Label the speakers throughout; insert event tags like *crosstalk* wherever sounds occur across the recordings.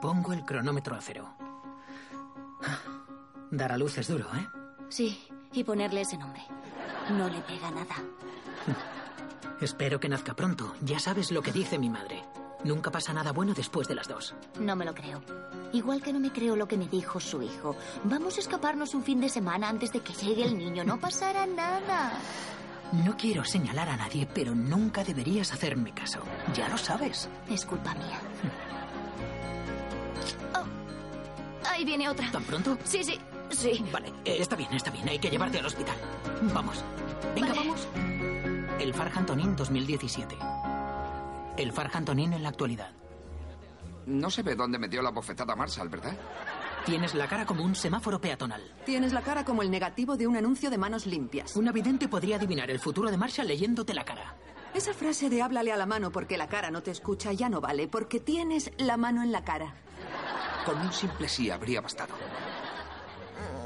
Speaker 1: Pongo el cronómetro a cero. Dar a luz es duro, ¿eh?
Speaker 2: Sí, y ponerle ese nombre. No le pega nada.
Speaker 1: Espero que nazca pronto. Ya sabes lo que dice mi madre. Nunca pasa nada bueno después de las dos.
Speaker 2: No me lo creo. Igual que no me creo lo que me dijo su hijo. Vamos a escaparnos un fin de semana antes de que llegue el niño. No pasará nada.
Speaker 1: No quiero señalar a nadie, pero nunca deberías hacerme caso. Ya lo sabes.
Speaker 2: Es culpa mía. Oh, ahí viene otra.
Speaker 1: ¿Tan pronto?
Speaker 2: Sí, sí, sí.
Speaker 1: Vale, eh, está bien, está bien. Hay que llevarte al hospital. Vamos. Venga,
Speaker 2: Vale.
Speaker 1: vamos. El Farhantonin 2017. El Farhantonin en la actualidad.
Speaker 3: No se ve dónde me dio la bofetada Marshall, ¿verdad?
Speaker 1: Tienes la cara como un semáforo peatonal.
Speaker 4: Tienes la cara como el negativo de un anuncio de manos limpias.
Speaker 1: Un vidente podría adivinar el futuro de Marshall leyéndote la cara.
Speaker 4: Esa frase de háblale a la mano porque la cara no te escucha ya no vale, porque tienes la mano en la cara.
Speaker 3: Con un simple sí habría bastado.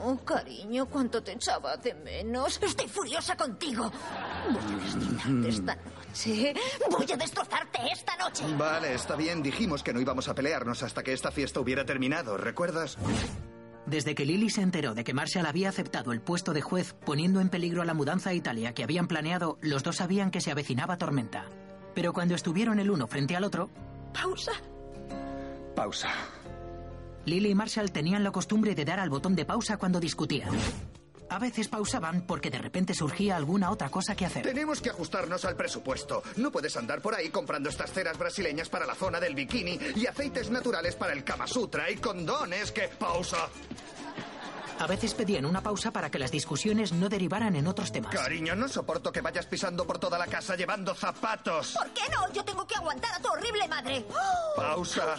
Speaker 2: Oh, cariño, cuánto te echaba de menos. Estoy furiosa contigo. Voy a destrozarte esta noche. Voy a destrozarte esta noche.
Speaker 5: Vale, está bien, dijimos que no íbamos a pelearnos hasta que esta fiesta hubiera terminado, ¿recuerdas?
Speaker 1: Desde que Lily se enteró de que Marshall había aceptado el puesto de juez poniendo en peligro la mudanza a Italia que habían planeado, los dos sabían que se avecinaba tormenta. Pero cuando estuvieron el uno frente al otro,
Speaker 2: Pausa.
Speaker 3: Pausa.
Speaker 1: Lily y Marshall tenían la costumbre de dar al botón de pausa cuando discutían. A veces pausaban porque de repente surgía alguna otra cosa que hacer.
Speaker 5: Tenemos que ajustarnos al presupuesto. No puedes andar por ahí comprando estas ceras brasileñas para la zona del bikini y aceites naturales para el Kama Sutra y condones que... ¡Pausa!
Speaker 1: A veces pedían una pausa para que las discusiones no derivaran en otros temas.
Speaker 5: Cariño, no soporto que vayas pisando por toda la casa llevando zapatos.
Speaker 2: ¿Por qué no? Yo tengo que aguantar a tu horrible madre.
Speaker 5: Pausa.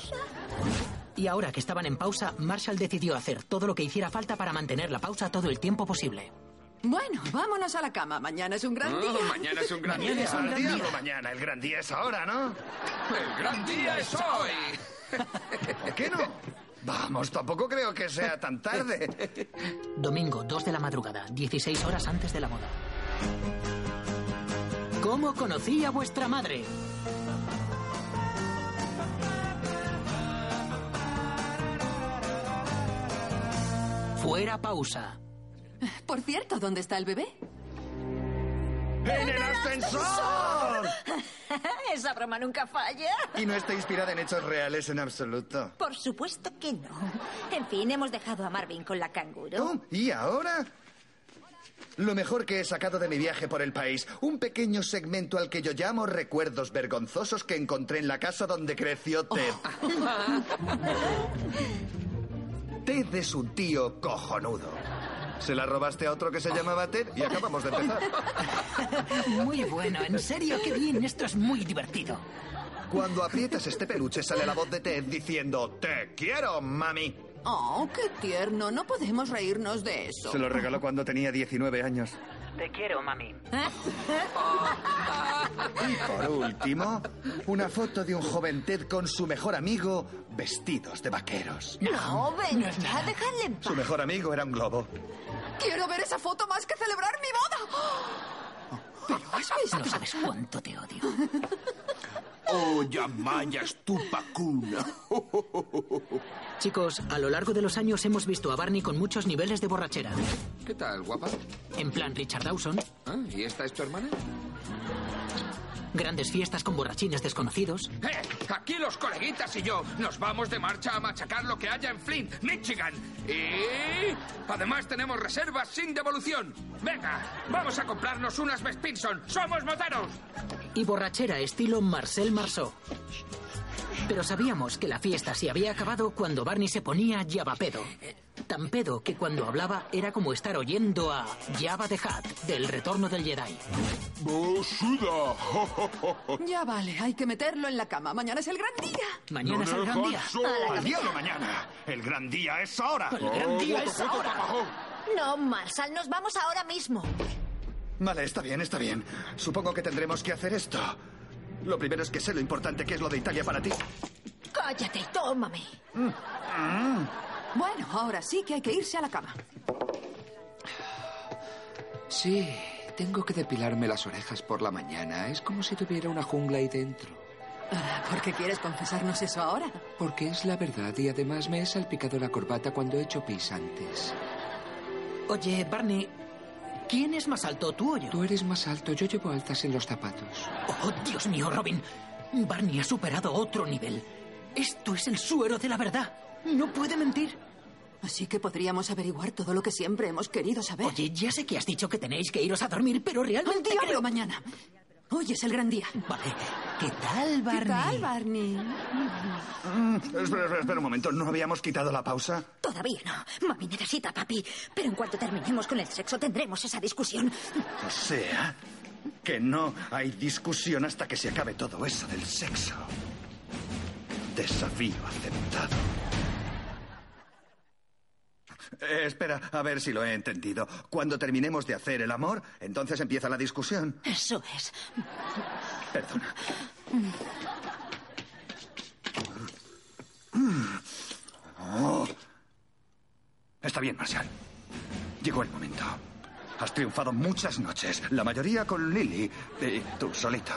Speaker 1: Y ahora que estaban en pausa, Marshall decidió hacer todo lo que hiciera falta para mantener la pausa todo el tiempo posible.
Speaker 4: Bueno, vámonos a la cama. Mañana es un gran día.
Speaker 3: Oh, mañana es un gran
Speaker 1: Mañana
Speaker 3: día.
Speaker 1: es un
Speaker 5: Al
Speaker 1: gran
Speaker 5: diablo
Speaker 1: día.
Speaker 5: mañana, el gran día es ahora, ¿no?
Speaker 3: El gran día es hoy.
Speaker 5: ¿Por qué no? Vamos, tampoco creo que sea tan tarde.
Speaker 1: Domingo, 2 de la madrugada, 16 horas antes de la boda. ¿Cómo conocí a vuestra madre? Fuera pausa.
Speaker 4: Por cierto, ¿dónde está el bebé?
Speaker 5: ¡En el ascensor!
Speaker 2: Esa broma nunca falla.
Speaker 5: Y no está inspirada en hechos reales en absoluto.
Speaker 2: Por supuesto que no. En fin, hemos dejado a Marvin con la canguro.
Speaker 5: Oh, ¿Y ahora? Lo mejor que he sacado de mi viaje por el país, un pequeño segmento al que yo llamo recuerdos vergonzosos que encontré en la casa donde creció Ted. Ted es un tío cojonudo. Se la robaste a otro que se llamaba Ted y acabamos de empezar.
Speaker 1: Muy bueno, en serio, qué bien, esto es muy divertido.
Speaker 5: Cuando aprietas este peluche sale la voz de Ted diciendo, te quiero, mami.
Speaker 4: Oh, qué tierno. No podemos reírnos de eso.
Speaker 5: Se lo regaló cuando tenía 19 años.
Speaker 1: Te quiero, mami.
Speaker 5: Y por último, una foto de un joven Ted con su mejor amigo vestidos de vaqueros.
Speaker 2: No, venga, ya, dejadle en
Speaker 5: Su
Speaker 2: paz.
Speaker 5: mejor amigo era un globo.
Speaker 4: Quiero ver esa foto más que celebrar mi boda. Pero has
Speaker 1: No
Speaker 4: visto.
Speaker 1: sabes cuánto te odio.
Speaker 3: Oh, Yamaya es tu vacuna.
Speaker 1: Chicos, a lo largo de los años hemos visto a Barney con muchos niveles de borrachera.
Speaker 3: ¿Qué tal, guapa?
Speaker 1: En plan Richard Dawson,
Speaker 3: Ah, ¿Y esta es tu hermana?
Speaker 1: grandes fiestas con borrachines desconocidos,
Speaker 6: ¡Eh! Aquí los coleguitas y yo nos vamos de marcha a machacar lo que haya en Flint, Michigan. Y... Además tenemos reservas sin devolución. Venga, vamos a comprarnos unas Vespinson. ¡Somos moteros!
Speaker 1: y borrachera estilo Marcel Marceau. Pero sabíamos que la fiesta se había acabado cuando Barney se ponía Java pedo. Tan pedo que cuando hablaba era como estar oyendo a Java the Hat del Retorno del Jedi.
Speaker 7: ¡Bosuda!
Speaker 4: Ya vale, hay que meterlo en la cama. Mañana es el gran día.
Speaker 1: Mañana es el gran día.
Speaker 7: ¡Al
Speaker 5: diablo mañana! ¡El gran día es ahora! Oh,
Speaker 1: El gran día es ahora.
Speaker 2: No, Marsal, nos vamos ahora mismo.
Speaker 5: Vale, está bien, está bien. Supongo que tendremos que hacer esto. Lo primero es que sé lo importante que es lo de Italia para ti.
Speaker 2: Cállate, tómame.
Speaker 4: Bueno, ahora sí que hay que irse a la cama.
Speaker 3: Sí, tengo que depilarme las orejas por la mañana. Es como si tuviera una jungla ahí dentro.
Speaker 4: Ah, ¿Por qué quieres confesarnos eso ahora?
Speaker 3: Porque es la verdad y además me he salpicado la corbata cuando he hecho pis antes.
Speaker 1: Oye, Barney, ¿quién es más alto, tú o yo?
Speaker 3: Tú eres más alto, yo llevo altas en los zapatos.
Speaker 1: Oh, Dios mío, Robin. Barney ha superado otro nivel. Esto es el suero de la verdad. No puede mentir.
Speaker 4: Así que podríamos averiguar todo lo que siempre hemos querido saber.
Speaker 1: Oye, ya sé que has dicho que tenéis que iros a dormir, pero
Speaker 4: ¡Al
Speaker 1: realmente
Speaker 4: diablo
Speaker 1: creo...
Speaker 4: mañana! Hoy es el gran día.
Speaker 1: Vale. ¿Qué tal, Barney?
Speaker 4: ¿Qué tal, Barney?
Speaker 5: Mm, Espera, espera, espera un momento. ¿No habíamos quitado la pausa?
Speaker 2: Todavía no. Mami necesita a papi. Pero en cuanto terminemos con el sexo tendremos esa discusión.
Speaker 5: O sea, que no hay discusión hasta que se acabe todo eso del sexo. Desafío aceptado. Eh, espera, a ver si lo he entendido. Cuando terminemos de hacer el amor, entonces empieza la discusión.
Speaker 2: Eso es.
Speaker 5: Perdona. Oh. Está bien, Marshall. Llegó el momento. Has triunfado muchas noches, la mayoría con Lily, y tú solito.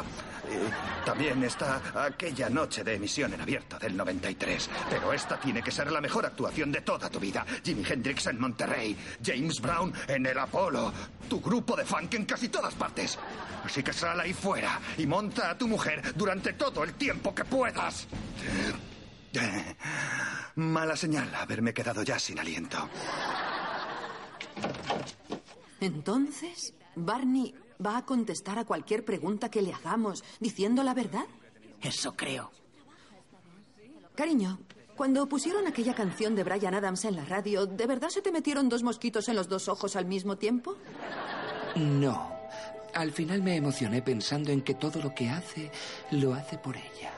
Speaker 5: Y también está aquella noche de emisión en abierto del 93. Pero esta tiene que ser la mejor actuación de toda tu vida. Jimi Hendrix en Monterrey, James Brown en el Apolo, tu grupo de funk en casi todas partes. Así que sal ahí fuera y monta a tu mujer durante todo el tiempo que puedas. Eh, Mala señal haberme quedado ya sin aliento.
Speaker 4: Entonces, ¿Barney va a contestar a cualquier pregunta que le hagamos diciendo la verdad?
Speaker 1: Eso creo.
Speaker 4: Cariño, cuando pusieron aquella canción de Brian Adams en la radio, ¿de verdad se te metieron dos mosquitos en los dos ojos al mismo tiempo?
Speaker 3: No. Al final me emocioné pensando en que todo lo que hace, lo hace por ella.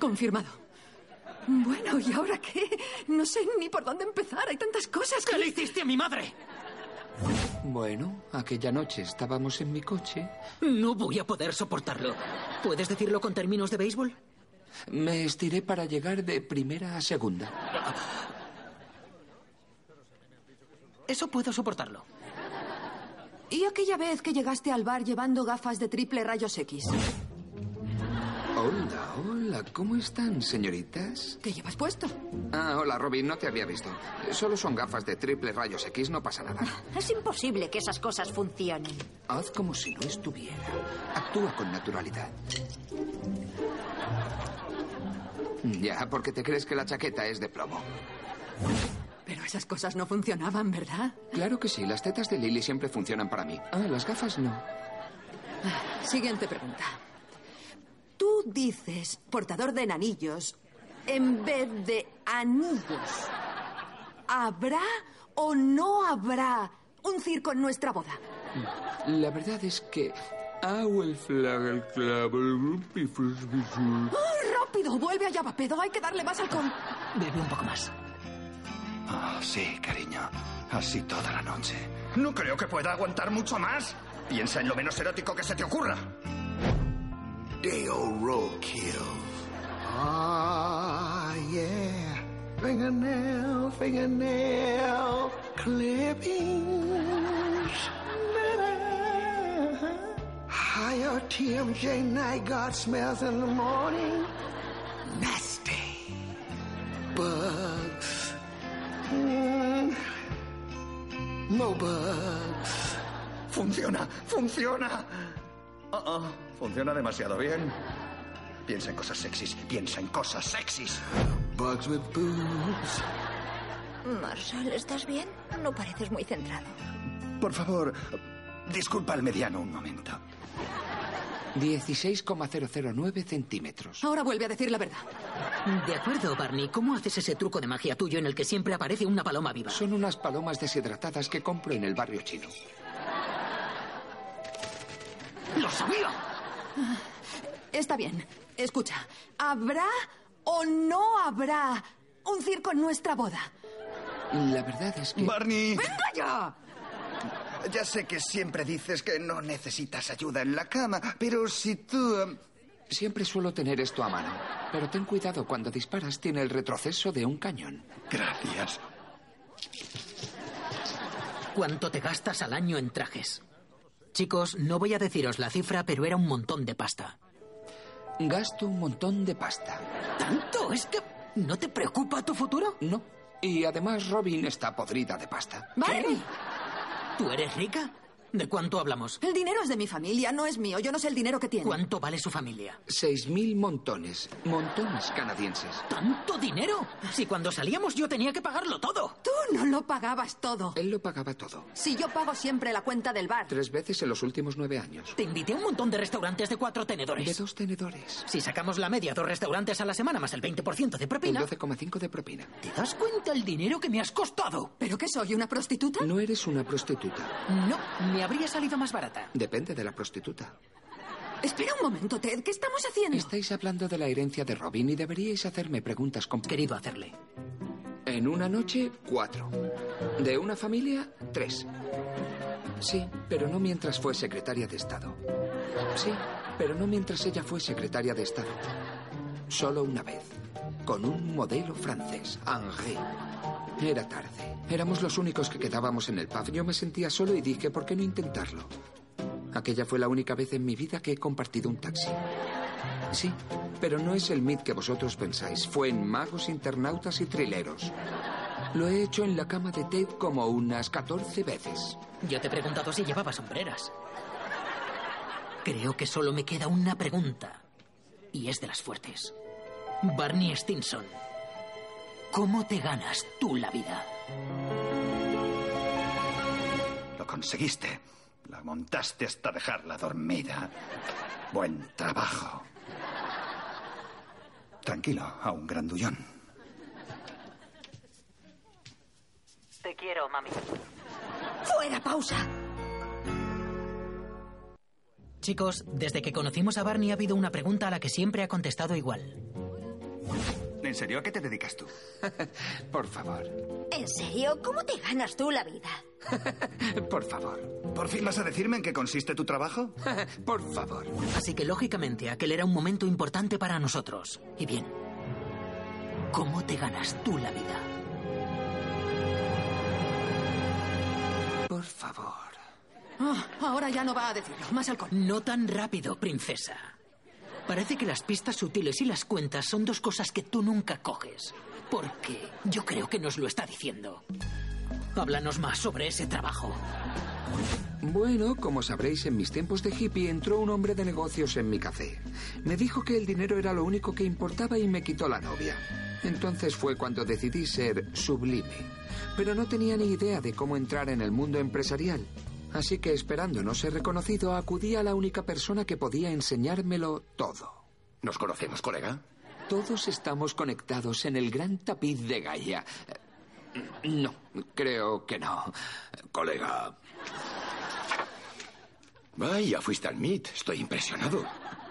Speaker 4: Confirmado. Bueno, ¿y ahora qué? No sé ni por dónde empezar, hay tantas cosas
Speaker 1: ¿Qué
Speaker 4: que...
Speaker 1: le hiciste a mi madre?
Speaker 3: Bueno, aquella noche estábamos en mi coche.
Speaker 1: No voy a poder soportarlo. ¿Puedes decirlo con términos de béisbol?
Speaker 3: Me estiré para llegar de primera a segunda.
Speaker 1: Eso puedo soportarlo.
Speaker 4: ¿Y aquella vez que llegaste al bar llevando gafas de triple rayos X?
Speaker 3: Hola, hola, ¿cómo están, señoritas?
Speaker 4: ¿Qué llevas puesto?
Speaker 3: Ah, hola, Robin, no te había visto. Solo son gafas de triple rayos X, no pasa nada.
Speaker 2: Es imposible que esas cosas funcionen.
Speaker 3: *laughs* Haz como si no estuviera. Actúa con naturalidad. Ya, porque te crees que la chaqueta es de plomo.
Speaker 4: Pero esas cosas no funcionaban, ¿verdad?
Speaker 3: Claro que sí, las tetas de Lily siempre funcionan para mí. Ah, las gafas no.
Speaker 4: Siguiente pregunta. Tú dices portador de anillos en vez de anillos. ¿Habrá o no habrá un circo en nuestra boda?
Speaker 3: La verdad es que... Hago el flag, el clavo, el grupo y frisbee sur.
Speaker 4: ¡Ah, ¡Rápido! Vuelve allá, Vapedo. Hay que darle más alcohol.
Speaker 1: Bebe un poco más.
Speaker 5: Ah, sí, cariño. Así toda la noche. No creo que pueda aguantar mucho más. Piensa en lo menos erótico que se te ocurra.
Speaker 8: Dale Roadkill. Ah, yeah. Fingernail, fingernail, clippings. Higher TMJ night god smells in the morning. Nasty. Bugs. Mm. No bugs.
Speaker 5: Funciona, funciona. Ah, ah, funciona demasiado bien. Piensa en cosas sexys, piensa en cosas sexys.
Speaker 8: Bugs with boobs.
Speaker 2: Marshall, ¿estás bien? No pareces muy centrado.
Speaker 5: Por favor, disculpa al mediano un momento.
Speaker 3: 16,009 centímetros.
Speaker 4: Ahora vuelve a decir la verdad.
Speaker 1: De acuerdo, Barney, ¿cómo haces ese truco de magia tuyo en el que siempre aparece una paloma viva?
Speaker 3: Son unas palomas deshidratadas que compro en el barrio chino.
Speaker 1: ¡Lo sabía!
Speaker 4: Está bien. Escucha, ¿habrá o no habrá un circo en nuestra boda?
Speaker 3: La verdad es que...
Speaker 5: Barney,
Speaker 4: ¡Venga ya!
Speaker 5: ya sé que siempre dices que no necesitas ayuda en la cama, pero si tú... em,
Speaker 3: Siempre suelo tener esto a mano. Pero ten cuidado, cuando disparas tiene el retroceso de un cañón.
Speaker 5: Gracias.
Speaker 1: ¿Cuánto te gastas al año en trajes? Chicos, no voy a deciros la cifra, pero era un montón de pasta.
Speaker 3: Gasto un montón de pasta.
Speaker 1: ¿Tanto? ¿Es que no te preocupa tu futuro?
Speaker 3: No. Y además Robin está podrida de pasta.
Speaker 4: ¡Barney!
Speaker 1: ¿Tú eres rica? ¿De cuánto hablamos?
Speaker 4: El dinero es de mi familia, no es mío. Yo no sé el dinero que tiene.
Speaker 1: ¿Cuánto vale su familia?
Speaker 3: Seis mil montones. Montones canadienses.
Speaker 1: ¿Tanto dinero? Si cuando salíamos yo tenía que pagarlo todo.
Speaker 4: Tú no lo pagabas todo.
Speaker 3: Él lo pagaba todo.
Speaker 4: Si yo pago siempre la cuenta del bar.
Speaker 3: Tres veces en los últimos nueve años.
Speaker 1: Te invité a un montón de restaurantes de cuatro
Speaker 3: De
Speaker 1: tenedores.
Speaker 3: dos tenedores.
Speaker 1: Si sacamos la media, dos restaurantes a la semana más el 20% de
Speaker 3: El
Speaker 1: propina,
Speaker 3: 12,5 de propina.
Speaker 1: ¿te das cuenta el dinero que me has costado?
Speaker 4: ¿Pero qué soy, una prostituta?
Speaker 3: No eres una prostituta.
Speaker 1: No, me habría salido más barata.
Speaker 3: Depende de la prostituta.
Speaker 4: Espera un momento, Ted. ¿Qué estamos haciendo?
Speaker 3: Estáis hablando de la herencia de Robin y deberíais hacerme preguntas con...
Speaker 1: Querido hacerle.
Speaker 3: En una noche, cuatro. De una familia, tres. Sí, pero no mientras fue secretaria de Estado. Sí, pero no mientras ella fue secretaria de Estado. Solo una vez. Con un modelo francés, Angé. Era tarde. Éramos los únicos que quedábamos en el pub. Yo me sentía solo y dije, ¿por qué no intentarlo? Aquella fue la única vez en mi vida que he compartido un taxi. Sí, pero no es el mit que vosotros pensáis. Fue en magos, internautas y trileros. Lo he hecho en la cama de Ted como unas 14 veces.
Speaker 1: Yo te he preguntado si llevaba sombreras. Creo que solo me queda una pregunta. Y es de las fuertes. Barney Stinson, ¿cómo te ganas tú la vida?
Speaker 5: Lo conseguiste. La montaste hasta dejarla dormida. Buen trabajo. Tranquilo, a un grandullón.
Speaker 1: Te quiero, mami.
Speaker 2: ¡Fuera, pausa!
Speaker 1: Chicos, desde que conocimos a Barney ha habido una pregunta a la que siempre ha contestado igual.
Speaker 5: ¿En serio a qué te dedicas tú?
Speaker 3: Por favor,
Speaker 2: ¿En serio? ¿Cómo te ganas tú la vida?
Speaker 3: *laughs* por favor, *laughs*
Speaker 5: ¿Por fin vas a decirme en qué consiste tu trabajo?
Speaker 3: por favor.
Speaker 1: Así que lógicamente aquel era un momento importante para nosotros. Y bien, ¿cómo te ganas tú la vida?
Speaker 3: Por favor.
Speaker 4: Ah, ahora ya no va a decirlo. Más alcohol.
Speaker 1: No tan rápido, princesa. Parece que las pistas sutiles y las cuentas son dos cosas que tú nunca coges. Porque yo creo que nos lo está diciendo. Háblanos más sobre ese trabajo.
Speaker 3: Bueno, como sabréis, en mis tiempos de hippie entró un hombre de negocios en mi café. Me dijo que el dinero era lo único que importaba y me quitó la novia. Entonces fue cuando decidí ser sublime. Pero no tenía ni idea de cómo entrar en el mundo empresarial. Así que esperando no ser reconocido, acudí a la única persona que podía enseñármelo todo.
Speaker 5: ¿Nos conocemos, colega?
Speaker 3: Todos estamos conectados en el gran tapiz de Gaia. Eh, No, creo que no.
Speaker 7: Colega. Vaya, fuiste al MIT. Estoy impresionado.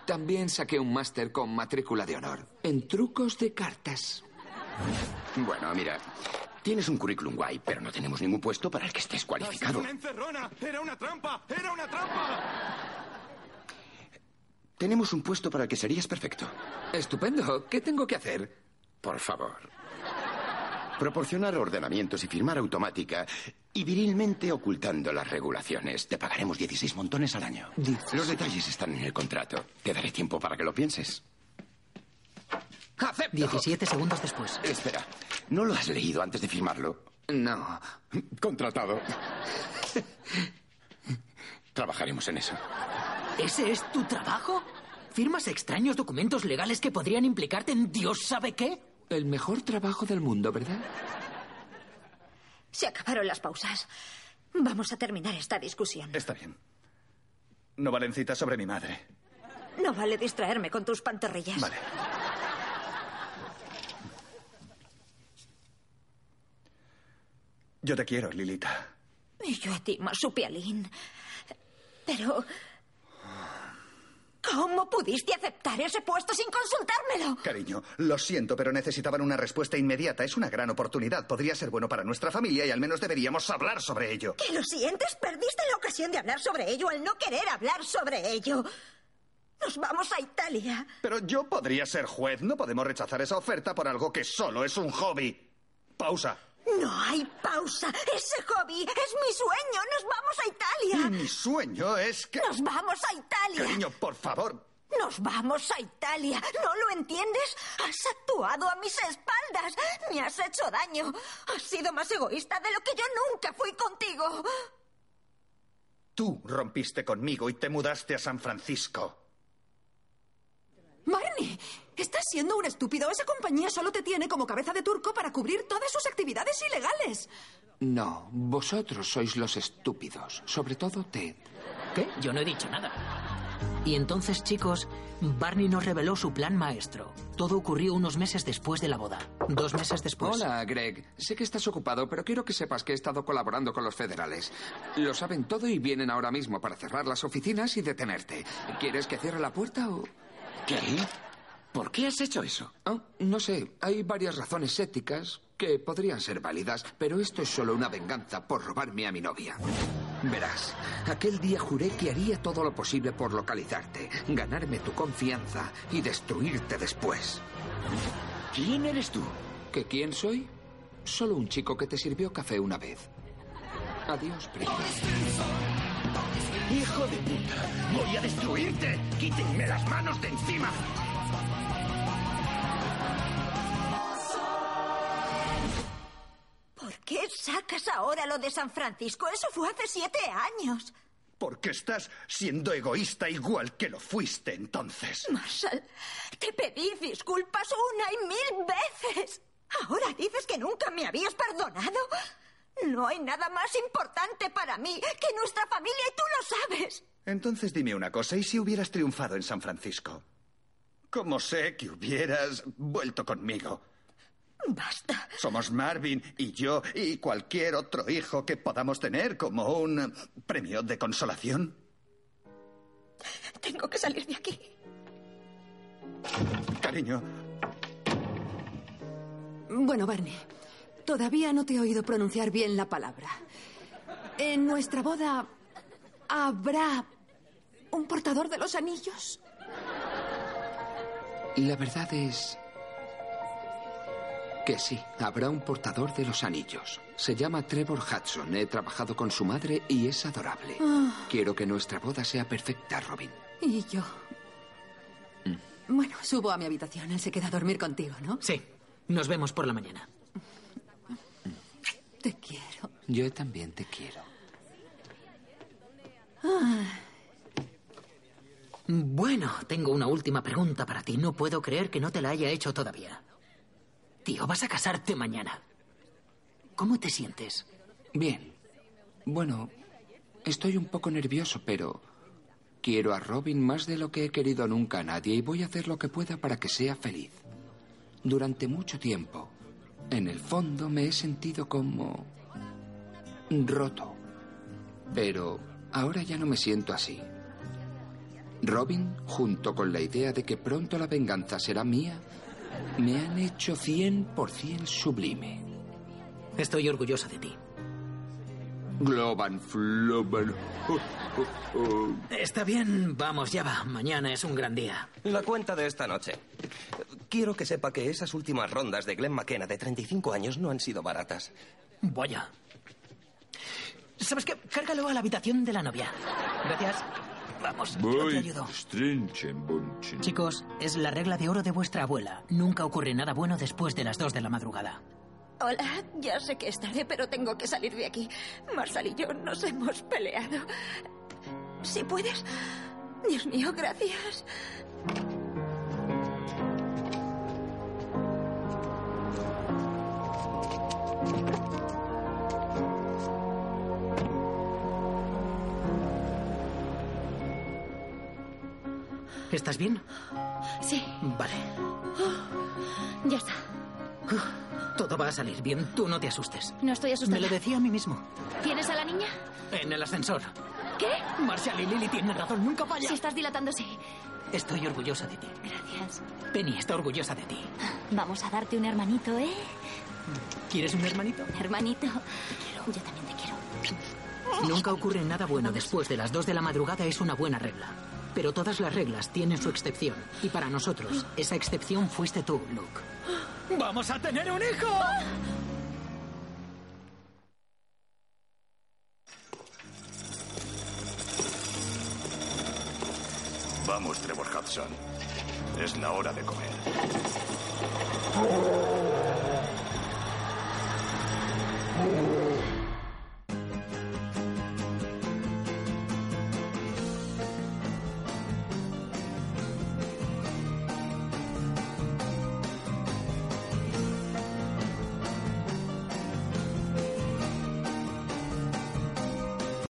Speaker 3: También saqué un máster con matrícula de honor en trucos de cartas.
Speaker 7: Bueno, mira. Tienes un currículum guay, pero no tenemos ningún puesto para el que estés cualificado.
Speaker 8: encerrona! ¡Era una trampa! ¡Era una trampa!
Speaker 7: Tenemos un puesto para el que serías perfecto.
Speaker 3: Estupendo. ¿Qué tengo que hacer?
Speaker 7: Por favor. Proporcionar ordenamientos y firmar automática y virilmente ocultando las regulaciones. Te pagaremos 16 montones al año. Los detalles están en el contrato. Te daré tiempo para que lo pienses.
Speaker 6: ¡Acepto!
Speaker 1: 17 segundos después.
Speaker 7: Espera, ¿no lo has leído antes de firmarlo?
Speaker 3: No.
Speaker 7: Contratado. Trabajaremos en eso.
Speaker 1: ¿Ese es tu trabajo? ¿Firmas extraños documentos legales que podrían implicarte en Dios sabe qué?
Speaker 3: El mejor trabajo del mundo, ¿verdad?
Speaker 2: Se acabaron las pausas. Vamos a terminar esta discusión.
Speaker 5: Está bien. No valen citas sobre mi madre.
Speaker 2: No vale distraerme con tus pantorrillas.
Speaker 9: Vale. Yo te quiero, Lilita.
Speaker 2: Y yo a ti, Marsupialín. Pero... ¿Cómo pudiste aceptar ese puesto sin consultármelo?
Speaker 9: Cariño, lo siento, pero necesitaban una respuesta inmediata. Es una gran oportunidad. Podría ser bueno para nuestra familia y al menos deberíamos hablar sobre ello.
Speaker 2: ¿Que lo sientes? Perdiste la ocasión de hablar sobre ello al no querer hablar sobre ello. Nos vamos a Italia.
Speaker 9: Pero yo podría ser juez. No podemos rechazar esa oferta por algo que solo es un hobby. Pausa.
Speaker 2: No hay pausa. Ese hobby es mi sueño. Nos vamos a
Speaker 9: Y
Speaker 2: Italia.
Speaker 9: mi sueño es que...
Speaker 2: Nos vamos a Italia.
Speaker 9: Cariño, por favor.
Speaker 2: Nos vamos a Italia. ¿No lo entiendes? Has actuado a mis espaldas. Me has hecho daño. Has sido más egoísta de lo que yo nunca fui contigo.
Speaker 9: Tú rompiste conmigo y te mudaste a San Francisco.
Speaker 4: Barney, estás siendo un estúpido. Esa compañía este solo te tiene como cabeza de turco para cubrir todas sus actividades ilegales.
Speaker 5: No, vosotros sois los estúpidos, sobre todo Ted.
Speaker 1: ¿Qué? Yo no he dicho nada. Y entonces, chicos, Barney nos reveló su plan maestro. Todo ocurrió unos meses después de la boda. Dos meses después.
Speaker 5: Hola, Greg. Sé que estás ocupado, pero quiero que sepas que he estado colaborando con los federales. Lo saben todo y vienen ahora mismo para cerrar las oficinas y detenerte. ¿Quieres que cierre la puerta o...?
Speaker 10: ¿Qué? ¿Por qué has hecho eso?
Speaker 5: Ah, no sé, hay varias razones éticas que podrían ser válidas, pero esto es solo una venganza por robarme a mi novia. Verás, aquel día juré que haría todo lo posible por localizarte, ganarme tu confianza y destruirte después.
Speaker 10: ¿Quién eres tú?
Speaker 5: ¿Que quién soy? Solo un chico que te sirvió café una vez. Adiós, príncipe.
Speaker 10: ¡Hijo de puta! ¡Voy a destruirte! ¡Quítenme las manos de encima!
Speaker 2: ¿Por qué sacas ahora lo de San Francisco? Eso fue hace siete años.
Speaker 9: Porque estás siendo egoísta igual que lo fuiste entonces.
Speaker 2: Marshall, te pedí disculpas una y mil veces. Ahora dices que nunca me habías perdonado. No hay nada más importante para mí que nuestra familia y tú lo sabes.
Speaker 9: Entonces dime una cosa, ¿y si hubieras triunfado en San Francisco? ¿Cómo sé que hubieras vuelto conmigo?
Speaker 2: Basta.
Speaker 9: Somos Marvin y yo y cualquier otro hijo que podamos tener como un eh, premio de consolación.
Speaker 2: Tengo que salir de aquí.
Speaker 9: Cariño,
Speaker 4: Bueno, Barney, todavía no te he oído pronunciar bien la palabra. En nuestra boda habrá un portador de los anillos.
Speaker 5: La verdad es que sí, habrá un portador de los anillos. Se llama Trevor Hudson. He trabajado con su madre y es adorable. Quiero que nuestra boda sea perfecta, Robin.
Speaker 4: Y yo. Bueno, subo a mi habitación. Él se queda a dormir contigo, ¿no?
Speaker 1: Sí. Nos vemos por la mañana.
Speaker 4: Te quiero.
Speaker 5: Yo también te quiero.
Speaker 1: Bueno, tengo una última pregunta para ti. No puedo creer que no te la haya hecho todavía. Tío, vas a casarte mañana. ¿Cómo te sientes?
Speaker 5: Bien. Bueno, estoy un poco nervioso, pero quiero a Robin más de lo que he querido nunca a nadie y voy a hacer lo que pueda para que sea feliz. Durante mucho tiempo, en el fondo me he sentido como roto. Pero ahora ya no me siento así. Robin, junto con la idea de que pronto la venganza será mía, me han hecho 100% sublime.
Speaker 1: Estoy orgullosa de ti.
Speaker 5: Globan, floban. ho, ho, ho.
Speaker 1: Está bien, vamos, ya va. Mañana es un gran día.
Speaker 11: La cuenta de esta noche. Quiero que sepa que esas últimas rondas de Glenn McKenna de 35 años no han sido baratas.
Speaker 1: Vaya. ¿Sabes qué? Cárgalo a la habitación de la novia. Gracias. Vamos, yo te ayudo. Chicos, es la regla de oro de vuestra abuela. Nunca ocurre nada bueno después de las dos de la madrugada.
Speaker 2: Hola, ya sé que estaré, pero tengo que salir de aquí. Marshall y yo nos hemos peleado. Si puedes. Dios mío, gracias.
Speaker 1: ¿Estás bien?
Speaker 2: Sí.
Speaker 1: Vale.
Speaker 2: Ya está.
Speaker 1: Todo va a salir bien. Tú no te asustes.
Speaker 2: No estoy asustada.
Speaker 1: Me lo decía a mí mismo.
Speaker 2: ¿Tienes a la niña?
Speaker 1: En el ascensor.
Speaker 2: ¿Qué?
Speaker 1: Marshall y Lily tienen razón. Nunca falla.
Speaker 2: Si estás dilatando, sí.
Speaker 1: Estoy orgullosa de ti.
Speaker 2: Gracias.
Speaker 1: Penny está orgullosa de ti.
Speaker 2: Vamos a darte un hermanito, ¿eh?
Speaker 1: ¿Quieres un hermanito?
Speaker 2: Hermanito. Yo también te quiero.
Speaker 1: Nunca ocurre nada bueno después de las 2 de la madrugada es una buena regla. Pero todas las reglas tienen su excepción. Y para nosotros, esa excepción fuiste tú, Luke. *gasps* ¡Vamos a tener un hijo!
Speaker 9: Vamos, Trevor Hudson. Es la hora de comer.